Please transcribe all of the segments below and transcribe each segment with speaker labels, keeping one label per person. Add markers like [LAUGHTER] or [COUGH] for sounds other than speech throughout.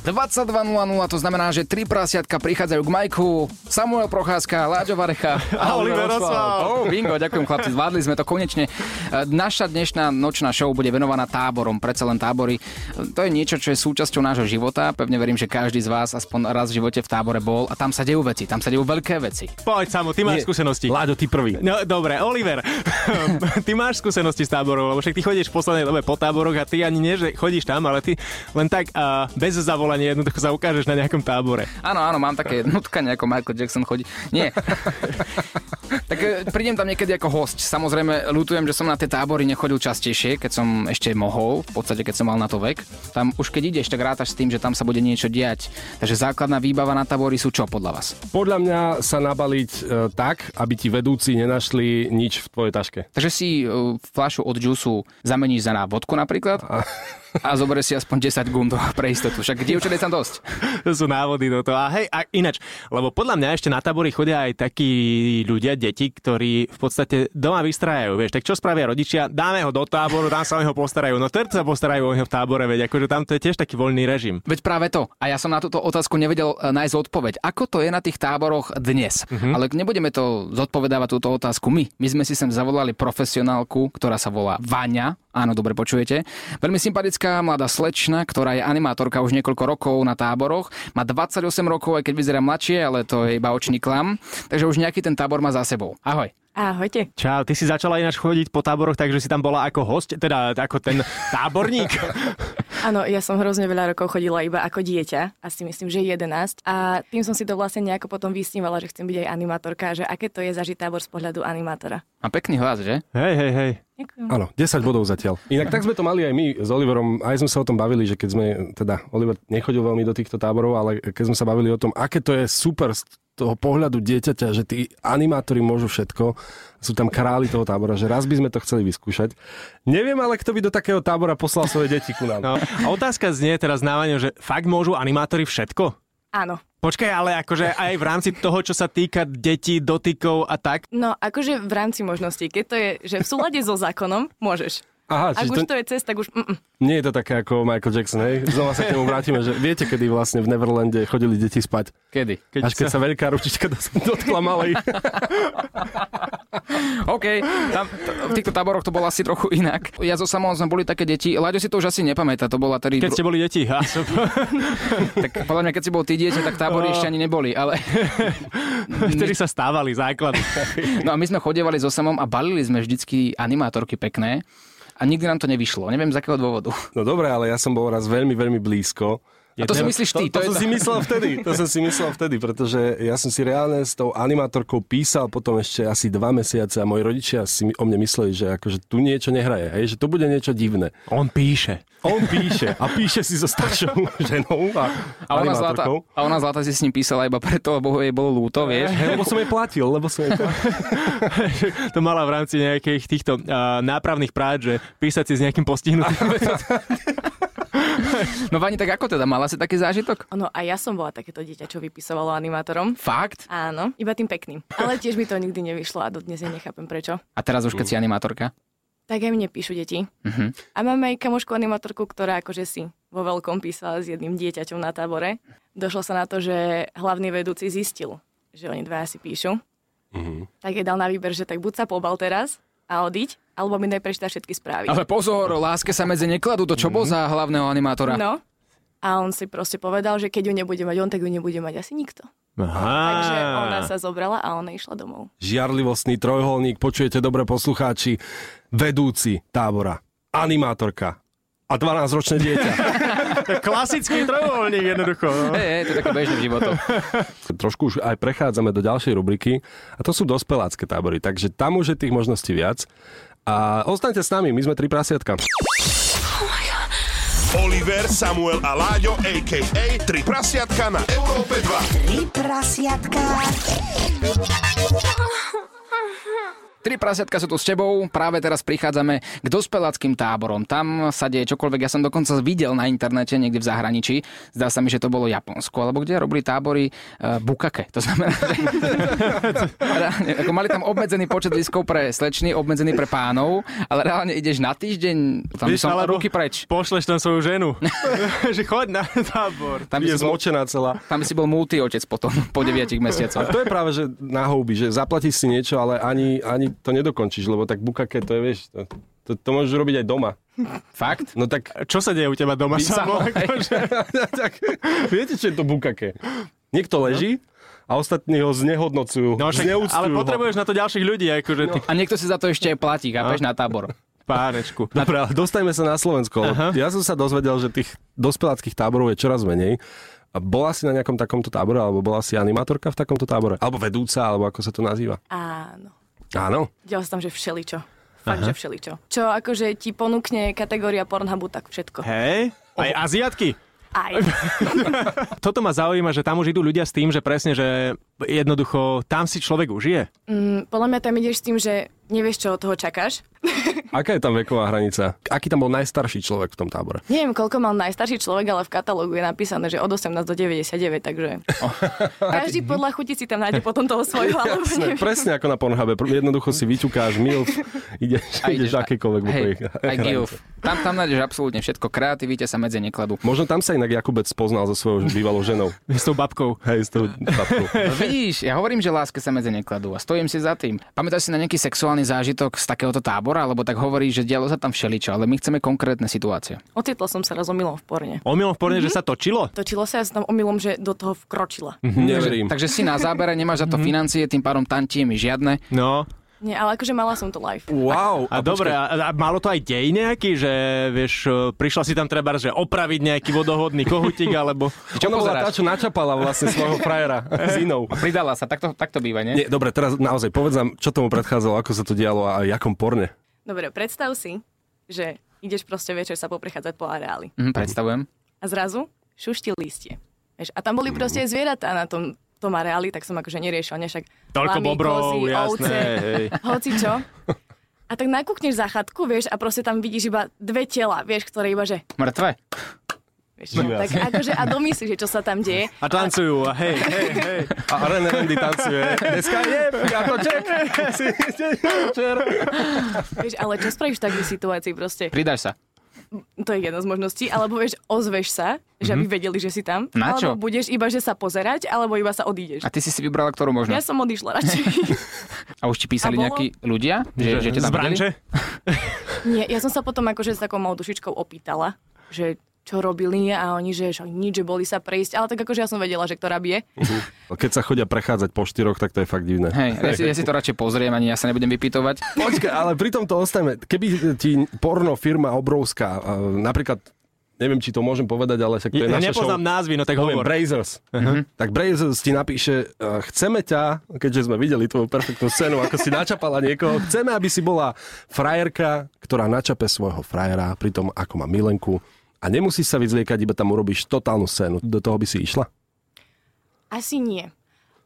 Speaker 1: 22.00, to znamená, že tri prasiatka prichádzajú k Majku, Samuel Procházka, Láďo Varecha
Speaker 2: A Oliver Oswald.
Speaker 1: Oh, bingo, ďakujem chlapci, zvládli sme to konečne. E, Naša dnešná nočná show bude venovaná táborom, predsa len tábory. E, To je niečo, čo je súčasťou nášho života, pevne verím, že každý z vás aspoň raz v živote v tábore bol a tam sa dejú veci, tam sa dejú veľké veci.
Speaker 2: Poď, Samo, ty máš
Speaker 3: Nie,
Speaker 2: skúsenosti.
Speaker 3: Láďo, ty prvý.
Speaker 2: No dobre, Oliver, [LAUGHS] ty máš skúsenosti s táborom, lebo však ty chodíš v poslednej dobe po táboroch a ty ani nie, že chodíš tam, ale ty len tak uh, bez zavolania jednoducho sa ukážeš na nejakom tábore. [LAUGHS]
Speaker 1: Áno, áno, mám také nutkanie, ako Michael Jackson chodí. Nie. tak e, prídem tam niekedy ako host. Samozrejme, ľutujem, že som na tie tábory nechodil častejšie, keď som ešte mohol, v podstate keď som mal na to vek. Tam už keď ideš, tak rátaš s tým, že tam sa bude niečo diať. Takže základná výbava na tábory sú čo podľa vás?
Speaker 3: Podľa mňa sa nabaliť e, tak, aby ti vedúci nenašli nič v tvojej taške.
Speaker 1: Takže si e, fľašu od džusu zameníš za na vodku napríklad a, a zoberieš si aspoň 10 gundov pre istotu. Však dievčat je tam dosť.
Speaker 2: To sú návody do toho. A hej, a inač, lebo podľa mňa ešte na tábory chodia aj takí ľudia, deti, ktorí v podstate doma vystrajajú, vieš, tak čo spravia rodičia? Dáme ho do táboru, tam sa o neho postarajú. No trt sa postarajú o neho v tábore, veď akože tam to je tiež taký voľný režim.
Speaker 1: Veď práve to. A ja som na túto otázku nevedel e, nájsť odpoveď. Ako to je na tých táboroch dnes? Mm-hmm. Ale nebudeme to zodpovedávať túto otázku my. My sme si sem zavolali profesionálku, ktorá sa volá Vaňa. Áno, dobre počujete. Veľmi sympatická mladá slečna, ktorá je animátorka už niekoľko rokov na táboroch. Má 28 rokov, aj keď vyzerá mladšie, ale to je iba očný klam. Takže už nejaký ten tábor má za sebou. Ahoj.
Speaker 4: Ahojte.
Speaker 2: Čau, ty si začala ináč chodiť po táboroch, takže si tam bola ako host, teda ako ten [LAUGHS] táborník.
Speaker 4: Áno, ja som hrozne veľa rokov chodila iba ako dieťa, asi myslím, že 11. A tým som si to vlastne nejako potom vysnívala, že chcem byť aj animátorka, že aké to je zažiť tábor z pohľadu animátora.
Speaker 1: Má pekný hlas, že?
Speaker 2: hej, hej, hej.
Speaker 4: Ďakujem.
Speaker 3: Áno, 10 bodov zatiaľ. Inak tak sme to mali aj my s Oliverom, aj sme sa o tom bavili, že keď sme, teda Oliver nechodil veľmi do týchto táborov, ale keď sme sa bavili o tom, aké to je super z toho pohľadu dieťaťa, že tí animátori môžu všetko, sú tam králi toho tábora, že raz by sme to chceli vyskúšať. Neviem ale, kto by do takého tábora poslal svoje deti ku nám.
Speaker 2: No, a otázka znie teraz na Vaňu, že fakt môžu animátori všetko?
Speaker 4: Áno.
Speaker 2: Počkaj, ale akože aj v rámci toho, čo sa týka detí, dotykov a tak.
Speaker 4: No, akože v rámci možností, keď to je, že v súlade so zákonom, môžeš.
Speaker 3: Aha,
Speaker 4: Ak
Speaker 3: čiže
Speaker 4: už
Speaker 3: to,
Speaker 4: to je cest, tak už... Mm, mm.
Speaker 3: nie je to také ako Michael Jackson, hej? Znova sa k nemu vrátime, že viete, kedy vlastne v Neverlande chodili deti spať?
Speaker 1: Kedy?
Speaker 2: Keď
Speaker 3: Až keď sa veľká ručička dos- [LAUGHS] dotkla malej.
Speaker 1: OK, tam, t- v týchto táboroch to bolo asi trochu inak. Ja so samom sme boli také deti, Láďo si to už asi nepamätá, to bola tedy...
Speaker 2: Keď ste boli deti. Ha, [LAUGHS]
Speaker 1: Tak podľa mňa, keď si bol ty dieťa, tak [LAUGHS] tábory ešte ani neboli, ale...
Speaker 2: Vtedy sa stávali základy.
Speaker 1: No a my sme chodievali so samom a balili sme vždycky animátorky pekné a nikdy nám to nevyšlo. Neviem z akého dôvodu.
Speaker 3: No dobre, ale ja som bol raz veľmi, veľmi blízko.
Speaker 1: A to si myslíš ty, to,
Speaker 3: To, to som si
Speaker 1: je...
Speaker 3: myslel vtedy, to som si myslel vtedy, pretože ja som si reálne s tou animátorkou písal potom ešte asi dva mesiace a moji rodičia si mi- o mne mysleli, že akože tu niečo nehraje, hej, že to bude niečo divné.
Speaker 2: On píše.
Speaker 3: On píše a píše si so staršou [LAUGHS] ženou a
Speaker 1: A ona, zlata, [LAUGHS]
Speaker 3: animátorkou.
Speaker 1: a ona zlata si s ním písala iba preto, lebo jej bolo lúto, [LAUGHS] vieš.
Speaker 3: Hej, lebo som jej platil, lebo som jej platil.
Speaker 2: To mala v rámci nejakých týchto uh, nápravných prác, že písať si s nejakým postihnutým.
Speaker 1: No Vani, tak ako teda? Mala si taký zážitok?
Speaker 4: Ono, a ja som bola takéto dieťa, čo vypisovalo animátorom.
Speaker 1: Fakt?
Speaker 4: Áno, iba tým pekným. Ale tiež mi to nikdy nevyšlo a dodnes ja nechápem prečo.
Speaker 1: A teraz už keď si animátorka?
Speaker 4: Tak aj mne píšu deti.
Speaker 1: Mhm.
Speaker 4: A máme aj kamošku animatorku, ktorá akože si vo veľkom písala s jedným dieťaťom na tábore. Došlo sa na to, že hlavný vedúci zistil, že oni dvaja si píšu. Tak jej dal na výber, že tak buď sa pobal teraz a odiť, alebo mi daj prečítať všetky správy.
Speaker 1: Ale pozor, láske sa medzi nekladú, to čo bol za hlavného animátora?
Speaker 4: No. A on si proste povedal, že keď ju nebude mať on, tak ju nebude mať asi nikto.
Speaker 2: Aha.
Speaker 4: Takže ona sa zobrala a ona išla domov.
Speaker 3: Žiarlivostný trojholník, počujete dobre poslucháči, vedúci tábora, animátorka a 12-ročné dieťa.
Speaker 2: To je klasický trojuholník jednoducho. no.
Speaker 1: Hej, hej, to je také bežné v životoch.
Speaker 3: [LAUGHS] Trošku už aj prechádzame do ďalšej rubriky a to sú dospelácké tábory, takže tam už je tých možností viac. A ostaňte s nami, my sme tri prasiatka.
Speaker 5: Oliver, Samuel a Láďo, a.k.a. Tri prasiatka na Európe 2.
Speaker 6: Tri prasiatka.
Speaker 1: Tri prasiatka sú tu s tebou, práve teraz prichádzame k dospeláckým táborom. Tam sa deje čokoľvek, ja som dokonca videl na internete niekde v zahraničí, zdá sa mi, že to bolo Japonsko, alebo kde robili tábory uh, bukake. To znamená, že...
Speaker 3: [LAUGHS]
Speaker 1: reálne, ako mali tam obmedzený počet diskov pre slečny, obmedzený pre pánov, ale reálne ideš na týždeň, tam by som
Speaker 2: alebo
Speaker 1: ruky preč.
Speaker 2: Pošleš tam svoju ženu. že choď na tábor.
Speaker 1: Tam by,
Speaker 3: Je
Speaker 1: si bol,
Speaker 3: zmočená celá.
Speaker 1: tam by si bol multi otec potom, po 9
Speaker 3: A
Speaker 1: mesiacoch.
Speaker 3: to je práve, že na houby, že zaplatíš si niečo, ale ani, ani to nedokončíš, lebo tak bukake, to je, vieš, to, to, to môžeš robiť aj doma.
Speaker 1: Fakt?
Speaker 3: No tak,
Speaker 2: Čo sa deje u teba doma samo? Akože-
Speaker 3: [LAUGHS] tak viete, čo je to bukake? Niekto leží a ostatní ho znehodnocujú,
Speaker 2: No, však,
Speaker 3: zneúctujú
Speaker 2: ale
Speaker 3: ho.
Speaker 2: potrebuješ na to ďalších ľudí, akože ty
Speaker 1: A niekto si za to ešte aj platí, chápeš, na tábor.
Speaker 2: párečku.
Speaker 3: Dobre, ale dostajme sa na Slovensko. lebo
Speaker 2: Aha.
Speaker 3: Ja som sa dozvedel, že tých dospeláckých táborov je čoraz menej. A bola si na nejakom takomto tábore, alebo bola si animátorka v takomto tábore? Alebo vedúca, alebo ako sa to nazýva?
Speaker 4: Áno.
Speaker 3: Áno.
Speaker 4: Videla som tam, že všeličo. Fakt, že všeličo. Čo akože ti ponúkne kategória Pornhubu, tak všetko.
Speaker 2: Hej, aj Aziatky.
Speaker 4: Aj.
Speaker 2: Toto ma zaujíma, že tam už idú ľudia s tým, že presne, že jednoducho tam si človek užije.
Speaker 4: Mm, podľa mňa tam ideš s tým, že nevieš, čo od toho čakáš.
Speaker 3: Aká je tam veková hranica? Aký tam bol najstarší človek v tom
Speaker 1: [LAUGHS]
Speaker 3: tábore?
Speaker 4: Neviem, koľko mal najstarší človek, ale v katalógu je napísané, že od 18 do 99,
Speaker 2: [LAUGHS]
Speaker 4: takže... Každý podľa chuti si tam nájde potom toho svojho, alebo
Speaker 3: Presne,
Speaker 4: neviem.
Speaker 3: presne ako na Pornhube. Pr- Jednoducho si vyťukáš
Speaker 1: [LAUGHS]
Speaker 3: milf, ideš,
Speaker 1: A
Speaker 3: ideš akékoľvek
Speaker 1: hej,
Speaker 3: hey,
Speaker 1: aj GIF. Tam, tam nájdeš absolútne všetko. Kreativite sa medzi nekladú.
Speaker 3: Možno tam sa inak Jakubec poznal so svojou bývalou ženou.
Speaker 2: S tou babkou.
Speaker 3: Hej, s tou [LAUGHS] babkou.
Speaker 1: No Vidíš, ja hovorím, že láske sa medzi nekladú a stojím si za tým. Pamätáš si na nejaký sexuálny zážitok z takéhoto tábora, alebo tak hovorí, že dialo sa tam všeličo, ale my chceme konkrétne situácie.
Speaker 4: Ocitla som sa raz omylom v porne.
Speaker 2: Omylom v porne, že sa točilo?
Speaker 4: Točilo sa, ja som tam omylom, že do toho vkročila.
Speaker 2: Hm.
Speaker 3: Neverím.
Speaker 1: Takže si na zábere, nemáš za to financie, tým pádom tantiemi žiadne.
Speaker 2: No.
Speaker 4: Nie, ale akože mala som to live.
Speaker 3: Wow.
Speaker 2: A, dobre, a, a malo to aj dej nejaký, že vieš, e, prišla si tam treba, že opraviť nejaký vodohodný kohutík, alebo...
Speaker 3: Čo Ona bola
Speaker 1: pozeráš?
Speaker 3: tá, čo načapala vlastne svojho frajera s inou.
Speaker 1: Pridala sa, takto, takto býva, nie?
Speaker 3: Nie, dobre, teraz naozaj povedz nám, čo tomu predchádzalo, ako sa to dialo a jakom porne.
Speaker 4: Dobre, predstav si, že ideš proste večer sa poprechádzať po areáli.
Speaker 1: Mhm, predstavujem.
Speaker 4: A zrazu šušti listie. Vieš, a tam boli
Speaker 2: Mm.
Speaker 4: proste aj zvieratá na tom, tom areáli, tak som akože neriešila. Ne, však
Speaker 2: Toľko
Speaker 4: lamy,
Speaker 2: bobrov,
Speaker 4: kozy,
Speaker 2: jasné,
Speaker 4: ovce,
Speaker 2: [LAUGHS] hej.
Speaker 4: hoci čo. A tak nakúkneš za chatku, vieš, a proste tam vidíš iba dve tela, vieš, ktoré iba, že...
Speaker 1: Mŕtve.
Speaker 4: Vieš, no, tak akože, a domyslíš, že čo sa tam deje.
Speaker 2: A tancujú, a hej, hej, hej.
Speaker 3: A René Randy tancuje. Dneska je, ja to ček. Si- večer.
Speaker 4: Vieš, ale čo spravíš v takej situácii proste?
Speaker 1: Pridáš sa.
Speaker 4: To je jedna z možností. Alebo vieš, ozveš sa, že aby vedeli, že si tam.
Speaker 1: Na čo?
Speaker 4: Alebo budeš iba, že sa pozerať, alebo iba sa odídeš.
Speaker 1: A ty si si vybrala ktorú možno.
Speaker 4: Ja som odišla radšej.
Speaker 1: A už ti písali
Speaker 4: A bolo-
Speaker 1: nejakí ľudia, že, že, ťa
Speaker 2: Z
Speaker 1: tam videli?
Speaker 2: branže?
Speaker 4: Nie, ja som sa potom akože s takou malou dušičkou opýtala, že čo robili a oni, že, že nič, že boli sa prejsť. Ale tak akože ja som vedela, že ktorá bije.
Speaker 3: Keď sa chodia prechádzať po štyroch, tak to je fakt divné.
Speaker 1: Hej, ja si, ja si to radšej pozriem, ani ja sa nebudem vypytovať.
Speaker 3: Počkaj, ale pri tomto ostajme. Keby ti porno firma obrovská, eh, napríklad, neviem, či to môžem povedať, ale však to je
Speaker 2: Ja
Speaker 3: naša
Speaker 2: nepoznám
Speaker 3: show.
Speaker 2: názvy, no tak
Speaker 3: Poviem
Speaker 2: hovor.
Speaker 3: Brazers. Uh-huh. Tak Brazers ti napíše, eh, chceme ťa, keďže sme videli tvoju perfektnú scénu, ako si načapala niekoho, chceme, aby si bola frajerka, ktorá načape svojho frajera pri tom, ako má milenku. A nemusíš sa vyzliekať, iba tam urobíš totálnu scénu. Do toho by si išla?
Speaker 4: Asi nie.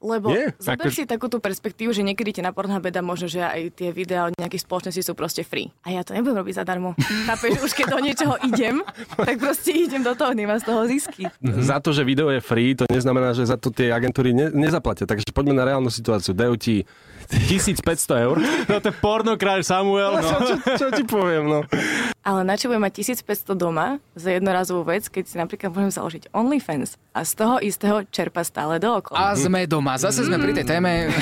Speaker 4: Lebo
Speaker 3: Nie?
Speaker 4: zober si takúto perspektívu, že niekedy ti na Pornhube dá možno, že aj tie videá od nejakých spoločností sú proste free. A ja to nebudem robiť zadarmo. Chápeš, už keď do niečoho idem, tak proste idem do toho, nemám z toho zisky.
Speaker 3: Za to, že video je free, to neznamená, že za to tie agentúry ne- nezaplatia. Takže poďme na reálnu situáciu. Dajú ti 1500 eur.
Speaker 2: No to je porno kráľ Samuel, no.
Speaker 3: [LAUGHS] čo, čo ti poviem, no.
Speaker 4: Ale na čo budem mať 1500 doma za jednorazovú vec, keď si napríklad môžem založiť OnlyFans a z toho istého čerpa stále dookola.
Speaker 1: A sme doma. Zase sme pri tej téme. [LAUGHS]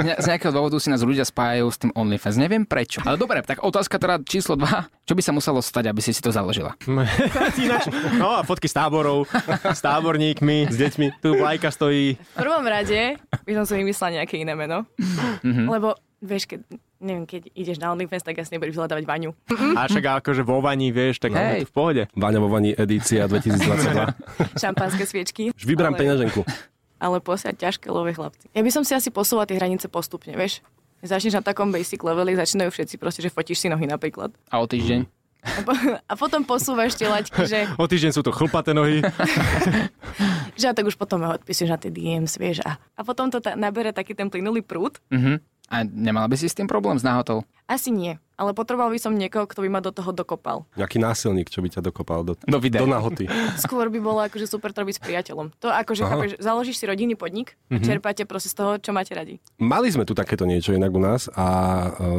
Speaker 1: Ne- Z nejakého dôvodu si nás ľudia spájajú s tým OnlyFans. Neviem prečo. Ale dobre, tak otázka teda číslo 2. Čo by sa muselo stať, aby si si to založila?
Speaker 2: Ináč, no a fotky s táborov, s táborníkmi, s deťmi. Tu vlajka stojí.
Speaker 4: V prvom rade by som si vymyslela nejaké iné meno. Lebo vieš, keď, neviem, keď ideš na OnlyFans, tak asi nebudeš hľadávať vaňu.
Speaker 2: A však akože vo vani, vieš, tak
Speaker 1: Hej.
Speaker 2: hey. v pohode.
Speaker 3: Vaňovovaní edícia 2022.
Speaker 4: Šampanské sviečky.
Speaker 3: Už vybrám
Speaker 4: ale,
Speaker 3: peňaženku.
Speaker 4: Ale posiať ťažké love chlapci. Ja by som si asi posúvala tie hranice postupne, vieš. Začneš na takom basic leveli, začínajú všetci proste, že fotíš si nohy napríklad.
Speaker 1: A o týždeň?
Speaker 4: A, po, [LAUGHS] a potom posúvaš tie laťky, že,
Speaker 2: O týždeň sú to chlpaté nohy.
Speaker 4: že a tak už potom odpisuješ na tie DMs, vieš. A, a potom to ta, nabere taký ten plynulý prúd.
Speaker 1: Mhm. A nemala by si s tým problém s náhotou?
Speaker 4: Asi nie, ale potreboval by som niekoho, kto by ma do toho dokopal.
Speaker 3: Nejaký násilník, čo by ťa dokopal do,
Speaker 1: Do videa.
Speaker 3: do nahoty.
Speaker 4: Skôr by bolo akože super to robiť s priateľom. To akože, chápeš, založíš si rodinný podnik a čerpáte proste z toho, čo máte radi.
Speaker 3: Mali sme tu takéto niečo inak u nás a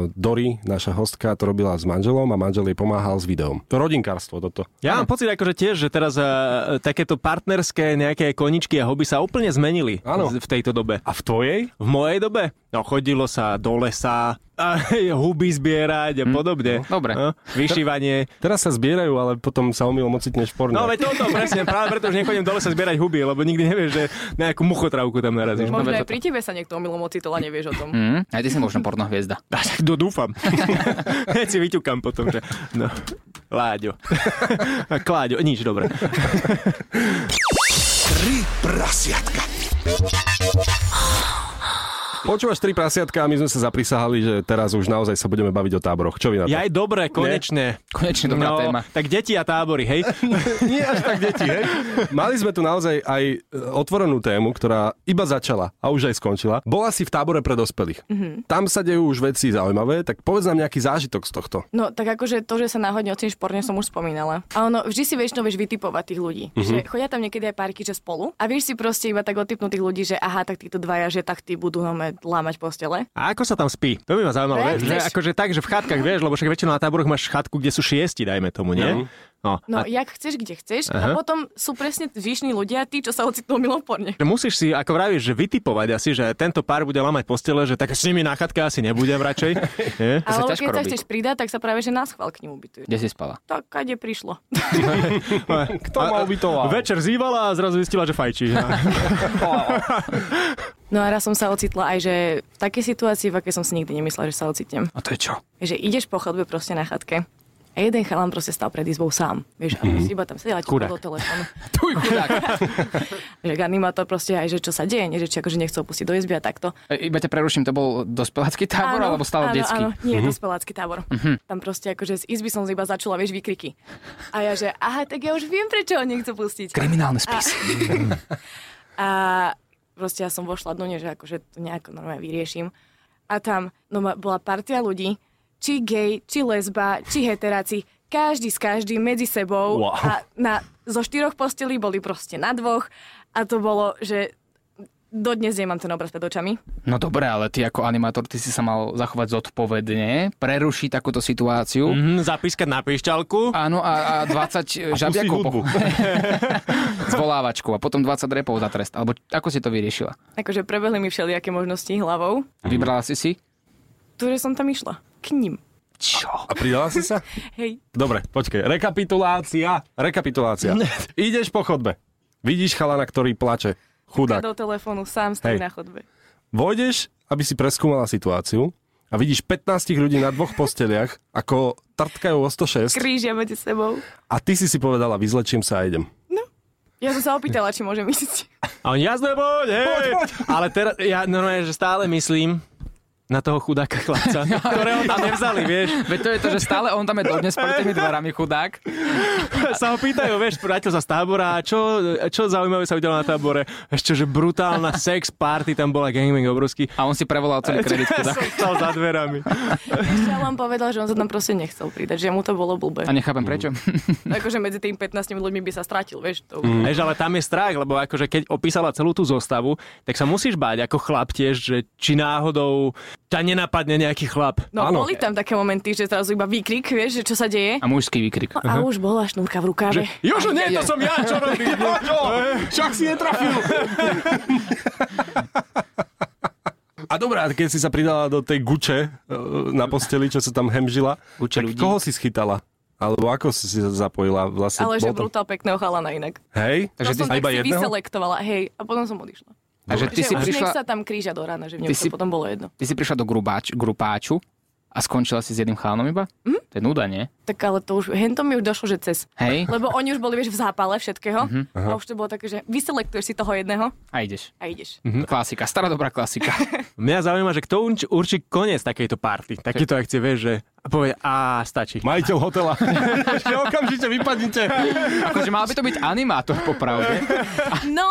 Speaker 3: e, Dory, naša hostka, to robila s manželom a manžel jej pomáhal s videom. Rodinkárstvo toto.
Speaker 2: Ja mám pocit akože tiež, že teraz uh, takéto partnerské nejaké koničky a hobby sa úplne zmenili
Speaker 3: Áno.
Speaker 2: z- v tejto dobe.
Speaker 3: A v tvojej?
Speaker 2: V mojej dobe? No chodilo sa do lesa, a [LAUGHS] huby zbierať a
Speaker 3: Hm.
Speaker 2: podobne.
Speaker 1: dobre.
Speaker 2: No, vyšívanie.
Speaker 3: Teraz sa zbierajú, ale potom sa omylom ocitne šporne.
Speaker 2: No veď toto, presne, práve preto už nechodím do lesa zbierať huby, lebo nikdy nevieš, že na nejakú muchotravku tam narazíš.
Speaker 4: Možno
Speaker 1: dobre,
Speaker 4: aj pri tebe sa niekto omylom ocitol a nevieš o tom.
Speaker 1: Mm, aj ty si možno porno hviezda. [LAUGHS]
Speaker 2: A tak to dúfam. [LAUGHS] Hneď si vyťukám potom, že... No. Láďo. [LAUGHS] A Kláďo, nič, dobre.
Speaker 7: Tri prasiatka.
Speaker 3: Počúvaš tri prasiatka a my sme sa zaprisahali, že teraz už naozaj sa budeme baviť o táboroch. Čo vy na to?
Speaker 2: Ja aj dobre, konečne.
Speaker 1: Konečne dobrá
Speaker 2: no,
Speaker 1: téma.
Speaker 2: tak deti a tábory, hej?
Speaker 3: Nie až tak deti, hej? [LAUGHS] Mali sme tu naozaj aj e, otvorenú tému, ktorá iba začala a už aj skončila. Bola si v tábore pre dospelých. Tam sa dejú už veci zaujímavé, tak povedz nám nejaký zážitok z tohto.
Speaker 4: No tak akože to, že sa náhodne ocení šporne, som už spomínala. A ono, vždy si vieš, no vieš vytipovať tých ľudí.
Speaker 1: Mhm.
Speaker 4: Že chodia tam niekedy aj párky, že spolu. A vieš si proste iba tak otypnúť tých ľudí, že aha, tak títo dvaja, že tak tí budú nome lámať postele.
Speaker 2: A ako sa tam spí? To by ma zaujímalo,
Speaker 4: Tak,
Speaker 2: vieš, že
Speaker 4: vieš.
Speaker 2: akože tak, že v chatkách, vieš, lebo však väčšinou na táboroch máš chatku, kde sú šiesti, dajme tomu, nie? No. A
Speaker 4: No, a... jak chceš, kde chceš.
Speaker 2: Aha.
Speaker 4: A potom sú presne zvyšní ľudia, tí, čo sa ocitnú mimo porne.
Speaker 2: že musíš si, ako vravíš, že vytipovať asi, že tento pár bude lamať postele, že tak s nimi na chatke asi nebudem radšej. nie?
Speaker 4: [LAUGHS]
Speaker 1: sa
Speaker 4: Ale
Speaker 1: ťažko
Speaker 4: keď sa
Speaker 1: robí.
Speaker 4: chceš pridať, tak sa práve že nás chval k ním ubytuješ.
Speaker 1: Kde si spala?
Speaker 4: Tak kade prišlo.
Speaker 2: Kto
Speaker 3: ma ubytoval?
Speaker 2: Večer zývala a zrazu zistila, že fajčí.
Speaker 4: No a raz som sa ocitla aj, že v takej situácii, v akej som si nikdy nemyslela, že sa ocitnem.
Speaker 1: A to je čo?
Speaker 4: že ideš po chodbe proste na chatke a jeden chalan proste stal pred izbou sám. Vieš, a
Speaker 1: Mhm.
Speaker 4: proste iba tam sedela, ti
Speaker 2: Chudák.
Speaker 4: do telefónu.
Speaker 1: Tuj, chudák.
Speaker 4: Že animátor proste aj, že čo sa deje, nie, že či akože nechcel pustiť do izby a takto.
Speaker 1: E, Iba ťa preruším, to bol dospelácky tábor alebo stále
Speaker 4: áno,
Speaker 1: detský? Mhm.
Speaker 4: Áno, nie, dospelácky tábor. Tam proste akože z izby som iba začula, vieš, výkriky. A ja, že aha, tak ja už viem, prečo ho nechcú pustiť.
Speaker 1: Kriminálny spis.
Speaker 4: A proste ja som vošla do nej, že akože to nejako normálne vyriešim. A tam no, ma- bola partia ľudí, či gej, či lesba, či heteráci, každý s každým medzi sebou.
Speaker 2: Wow.
Speaker 4: A na, zo štyroch postelí boli proste na dvoch. A to bolo, že dodnes nemám ten obraz pred očami.
Speaker 1: No dobre, ale ty ako animátor, ty si sa mal zachovať zodpovedne, prerušiť takúto situáciu.
Speaker 2: [LAUGHS] Mhm, Zapískať na pišťalku.
Speaker 1: Áno, a, a 20 žabiakov po... zvolávačku a potom 20 repov za trest. Alebo ako si to vyriešila?
Speaker 4: Akože prebehli mi všelijaké možnosti hlavou,
Speaker 1: Vybrala si si?
Speaker 4: ktoré som tam išla. K ním.
Speaker 3: A pridala si sa?
Speaker 4: Hej.
Speaker 3: Dobre, počkej. Rekapitulácia. Rekapitulácia. Ideš po chodbe. Vidíš chalana, ktorý plače. Chudák.
Speaker 4: Do telefónu sám stojí
Speaker 3: Hej.
Speaker 4: na chodbe.
Speaker 3: Vojdeš, aby si preskúmala situáciu a vidíš 15 ľudí na dvoch posteliach, ako trtkajú o 106
Speaker 4: Krížia medzi sebou.
Speaker 3: a ty si si povedala, vyzlečím sa a idem.
Speaker 4: Ja som sa opýtala, či môžem ísť.
Speaker 2: A on jasné, poď, hej. Ale teraz, ja normálne, že stále myslím na toho chudáka chlapca, [LAUGHS] ktorého tam nevzali, vieš.
Speaker 1: Veď to je to, že stále on tam je dodnes pred tými dverami chudák.
Speaker 2: Sa ho pýtajú, vieš, vrátil sa z tábora, a čo, čo zaujímavé sa udialo na tábore. Ešte, že brutálna sex party, tam bola gangbang obrovský.
Speaker 1: A on si prevolal celý kredit
Speaker 2: [LAUGHS]
Speaker 1: chudák.
Speaker 2: Ja som stal za dverami.
Speaker 4: Ešte ale on povedal, že on sa tam proste nechcel pridať, že mu to bolo blbé.
Speaker 1: A nechápem prečo.
Speaker 4: Akože medzi tým 15 ľuďmi by sa stratil, vieš. To...
Speaker 2: [LAUGHS] Vieš, ale tam je strach, lebo akože keď opísala celú tú zostavu, tak sa musíš báť ako chlap tiež, že či náhodou ťa nenapadne nejaký chlap.
Speaker 4: No
Speaker 3: Áno.
Speaker 4: boli tam také momenty, že zrazu iba výkrik, vieš, že čo sa deje.
Speaker 1: A mužský výkrik.
Speaker 4: No, a už bola šnúrka v rukave.
Speaker 2: Jožo, nie, to som ja, čo robím? Eh.
Speaker 3: Však si netrafil. [LAUGHS] A dobrá, keď si sa pridala do tej guče e, na posteli, čo sa tam hemžila,
Speaker 1: Guče
Speaker 3: tak
Speaker 1: ľudí.
Speaker 3: koho si schytala? Alebo ako si si zapojila vlastne?
Speaker 4: Ale že
Speaker 3: Bol to-
Speaker 4: brutál pekného chalana inak.
Speaker 3: Hej?
Speaker 4: To
Speaker 1: Takže ty,
Speaker 4: som
Speaker 3: A
Speaker 4: tak
Speaker 3: iba
Speaker 4: si
Speaker 3: jedného?
Speaker 4: vyselektovala, hej, a potom som odišla.
Speaker 1: takže ty, si
Speaker 4: že už nech sa
Speaker 1: prišla,
Speaker 4: tam kríža do rána, že mne
Speaker 1: Ty
Speaker 4: už to
Speaker 1: si-
Speaker 4: potom bolo jedno.
Speaker 1: ty si prišla do grubáč, grupáču a skončila si s jedným chlánom iba?
Speaker 4: Mhm.
Speaker 1: To je nuda, nie?
Speaker 4: Tak ale to už, hentom mi už došlo, že cez.
Speaker 1: Hej,
Speaker 4: Lebo oni už boli, vieš, v zápale všetkého. A už to bolo také, že vyselektuješ si toho jedného
Speaker 1: a ideš.
Speaker 4: a ideš.
Speaker 1: Mhm. Klasika,
Speaker 4: [LAUGHS]
Speaker 1: stará dobrá klasika.
Speaker 2: Mňa zaujíma, že kto urč- určí koniec takejto party, takéto akcie, vieš, že A povie, a [LAUGHS] stačí.
Speaker 3: Majiteľ hotela. [LAUGHS] Ešte okamžite vypadnite.
Speaker 1: Akože mal by to byť animátor popravde,
Speaker 4: No,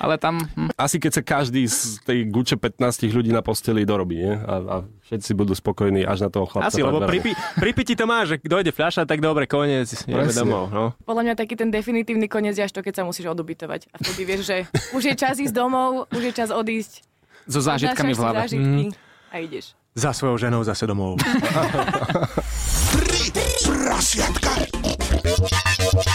Speaker 1: ale tam... Hm.
Speaker 3: Asi keď sa každý z tej guče 15 ľudí na posteli dorobí, nie? A, a všetci budú spokojní až na toho
Speaker 2: [LAUGHS]
Speaker 3: chlapca.
Speaker 2: Asi, lebo
Speaker 3: pred
Speaker 2: pri,
Speaker 3: dverami.
Speaker 2: pi- pri piti to má, že dojde fľaša, tak dobre, koniec, ideme
Speaker 3: Presne.
Speaker 2: domov. No.
Speaker 4: podľa mňa taký ten definitívny koniec je až to, keď sa musíš odubytovať. A vtedy vieš, že už je čas ísť domov, už je čas odísť.
Speaker 1: So zážitkami v
Speaker 4: Odnášaš si
Speaker 1: hlave.
Speaker 4: Zážitky a ideš.
Speaker 2: Za svojou ženou zase domov.
Speaker 7: Tri prasiatka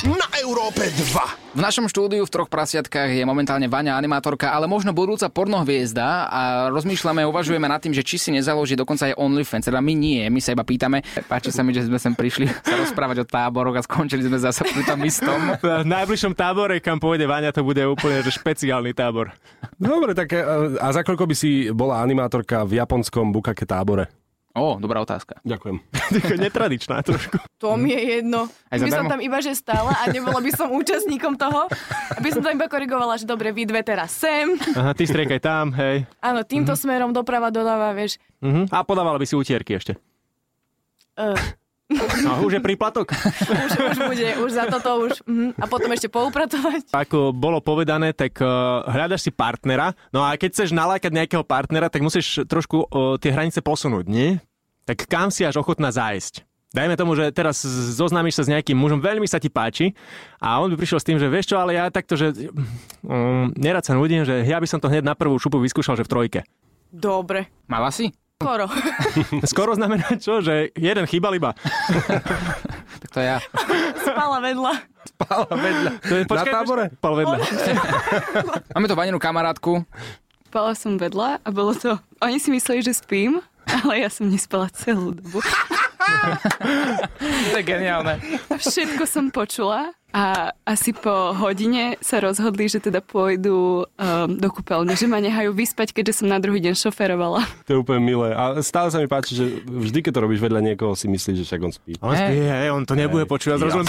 Speaker 7: na Európe 2.
Speaker 1: V našom štúdiu v Troch prasiatkách je momentálne Vaňa animátorka, ale možno budúca pornohviezda a rozmýšľame, uvažujeme nad tým, že či si nezaloží dokonca aj OnlyFans. Teda my nie, my sa iba pýtame. Páči sa mi, že sme sem prišli sa rozprávať o táboroch a skončili sme zase pri tom istom.
Speaker 2: [LAUGHS] V najbližšom tábore, kam pôjde Váňa, to bude úplne že špeciálny [LAUGHS] tábor.
Speaker 3: Dobre, tak e, a za koľko by si bola animátorka v japonskom bukake tábore?
Speaker 1: Ó, dobrá otázka.
Speaker 3: Ďakujem.
Speaker 2: Taká Netradičná trošku.
Speaker 4: To mi je jedno.
Speaker 1: Aj
Speaker 4: by
Speaker 1: zadarmo?
Speaker 4: som tam iba že stála a nebola by som účastníkom toho. Aby som tam iba korigovala, že dobre, vy dve teraz sem.
Speaker 2: Aha, ty striekaj tam, hej.
Speaker 4: Áno, týmto smerom doprava doľava, vieš.
Speaker 2: Mhm. A podávala by si utierky ešte.
Speaker 4: Uh,
Speaker 2: No, už je príplatok.
Speaker 4: už, už bude, už za toto už. Uh, a potom ešte poupratovať.
Speaker 2: Ako bolo povedané, tak uh, hľadaš si partnera, no a keď chceš nalákať nejakého partnera, tak musíš trošku uh, tie hranice posunúť, nie? Tak kam si až ochotná zájsť? Dajme tomu, že teraz z- zoznámiš sa s nejakým mužom, veľmi sa ti páči a on by prišiel s tým, že vieš čo, ale ja takto, že um, nerad sa nudím, že ja by som to hneď na prvú šupu vyskúšal, že v trojke.
Speaker 4: Dobre.
Speaker 1: Mala si?
Speaker 4: Skoro. [LAUGHS]
Speaker 2: Skoro znamená čo, že jeden chýbal iba.
Speaker 1: Tak to ja.
Speaker 4: Spala vedľa.
Speaker 3: Spala vedľa.
Speaker 2: To je,
Speaker 3: na tábore?
Speaker 2: Spal vedľa.
Speaker 1: Máme tu Vaninu kamarátku.
Speaker 6: Spala som vedľa a bolo to... Oni si mysleli, že spím, ale ja som nespala celú dobu.
Speaker 1: To je geniálne.
Speaker 6: Všetko som počula a asi po hodine sa rozhodli, že teda pôjdu um, do kúpeľne, že ma nechajú vyspať, keďže som na druhý deň šoferovala.
Speaker 3: To je úplne milé. A stále sa mi páči, že vždy, keď to robíš vedľa niekoho, si myslíš, že však on spí.
Speaker 2: On, spí, hej, on to nebude počuť. Ja zrozumiem,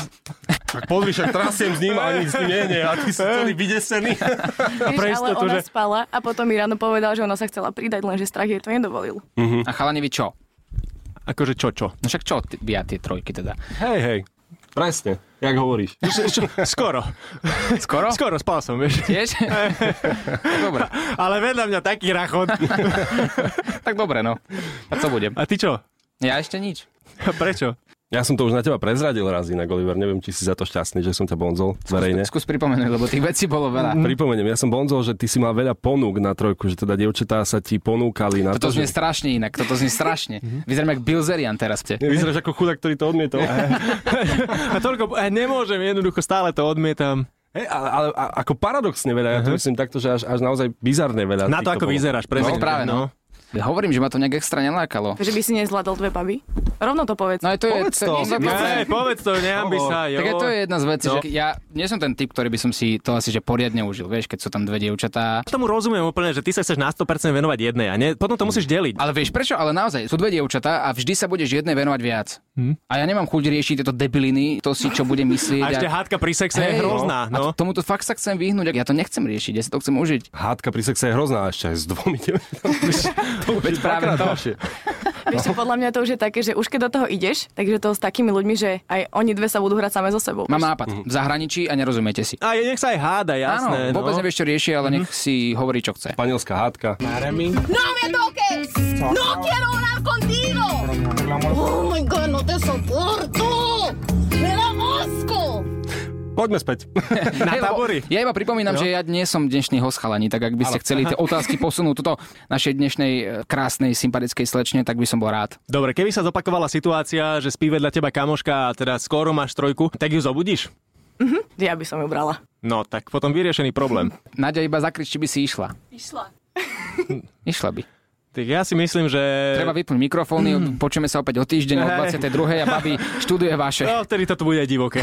Speaker 3: Tak pozri, však trasiem s ním a nič s ním nie, nie. A ty si celý vydesený.
Speaker 4: Vieš,
Speaker 2: Pre
Speaker 4: ale
Speaker 2: istotu,
Speaker 4: ona
Speaker 2: že-
Speaker 4: spala a potom mi ráno povedal, že ona sa chcela pridať, lenže strach jej to nedovolil.
Speaker 1: A chalani vy čo?
Speaker 2: akože čo, [LAUGHS] čo.
Speaker 1: No však čo ty, ja tie trojky teda?
Speaker 3: Hej, hej. Presne. Jak hovoríš.
Speaker 2: Skoro.
Speaker 1: Skoro?
Speaker 2: Skoro spal som, vieš.
Speaker 1: Tiež? Tak dobre,
Speaker 2: Ale vedľa mňa taký rachot.
Speaker 1: tak dobre no. A co budem?
Speaker 2: [LAUGHS] A ty čo?
Speaker 1: Ja ešte nič.
Speaker 2: A Prečo?
Speaker 3: Ja som to už na teba prezradil raz inak, Oliver. Neviem, či si za to šťastný, že som ťa bonzol verejne.
Speaker 1: Skús pripomenúť, lebo tých vecí bolo veľa.
Speaker 3: Pripomeniem, ja som bonzol, že ty si mal veľa ponúk na trojku, že teda dievčatá sa ti ponúkali na
Speaker 1: Toto
Speaker 3: to, že...
Speaker 1: znie strašne inak, toto znie strašne.
Speaker 2: Mhm.
Speaker 1: Vyzeráme jak Bill Zerian teraz. Te.
Speaker 3: Vyzeráš ako chudák, ktorý to odmietol.
Speaker 2: A toľko, e, nemôžem, jednoducho stále to odmietam.
Speaker 3: Hej, ale, ale a- ako paradoxne veľa, ja to myslím takto, že až, až naozaj bizarne veľa.
Speaker 2: Na to,
Speaker 3: týchto
Speaker 2: ako
Speaker 3: ponúk.
Speaker 2: vyzeráš, presne.
Speaker 1: No, práve, no. Hovorím, že ma to nejak extra nelákalo.
Speaker 4: Že by si nezvládol dve baby? Rovno to povedz.
Speaker 1: No aj to je...
Speaker 3: Povedz
Speaker 1: to,
Speaker 3: to.
Speaker 1: je-
Speaker 2: Ne, povedz to, nehambi sa, jo. No.
Speaker 1: Tak aj to je jedna z vecí, že ja nie som ten typ, ktorý by som si to asi že poriadne užil, vieš, keď sú tam dve dievčatá.
Speaker 2: Tomu rozumiem úplne, že ty sa chceš na 100% venovať jednej a ne, potom to musíš deliť.
Speaker 1: Ale vieš prečo? Ale naozaj, sú dve dievčatá a vždy sa budeš jednej venovať viac. Hm? A ja nemám chuť riešiť tieto debiliny, to si čo bude myslieť.
Speaker 2: A ešte hádka pri sexe je
Speaker 1: Hej, A
Speaker 2: hrozná, no.
Speaker 1: t- tomuto fakt sa chcem vyhnúť, ja to nechcem riešiť, ja si to chcem užiť.
Speaker 3: Hádka pri sexe je hrozná a ešte aj s dvomi
Speaker 1: [LAUGHS]
Speaker 3: dievčatami. to už
Speaker 1: Veď
Speaker 3: je
Speaker 1: práve
Speaker 3: dvakrát
Speaker 1: to.
Speaker 3: horšie.
Speaker 4: Vieš, čo, podľa mňa to už je také, že už keď do toho ideš, takže to s takými ľuďmi, že aj oni dve sa budú hrať same so sebou.
Speaker 1: Mám nápad, v zahraničí a nerozumiete si.
Speaker 2: A nech sa aj háda, Mhm. jasné.
Speaker 1: Áno, vôbec
Speaker 2: no.
Speaker 1: nevieš, čo rieši, ale nech si hovorí, čo chce.
Speaker 3: Španielská hádka.
Speaker 8: ¡No me toques! ¡No quiero hablar contigo! ¡Oh, my God! ¡No te soporto! ¡Me da asco!
Speaker 3: Poďme späť.
Speaker 2: Na
Speaker 1: Hej, lebo
Speaker 2: tábory.
Speaker 1: Ja iba pripomínam, že ja nie som dnešný host chalani, tak ak by ste
Speaker 2: [LAUGHS]
Speaker 1: chceli tie otázky posunúť toto našej dnešnej e, krásnej, sympatickej slečne, tak by som bol rád.
Speaker 2: Dobre, keby sa zopakovala situácia, že spí vedľa teba kamoška a teda skoro máš trojku, tak ju zobudíš?
Speaker 4: Ja by som ju brala.
Speaker 2: No, tak potom
Speaker 1: [LAUGHS]
Speaker 2: vyriešený problém.
Speaker 1: Nadia iba zakrič, či by si išla.
Speaker 6: Išla.
Speaker 1: Išla by.
Speaker 2: Tak ja si myslím, že...
Speaker 1: Treba vypnúť mikrofóny, počujeme sa opäť o týždeň o
Speaker 2: Hej.
Speaker 1: 22. a babi študuje
Speaker 2: [LAUGHS]
Speaker 1: vaše.
Speaker 2: No, vtedy toto bude aj divoké.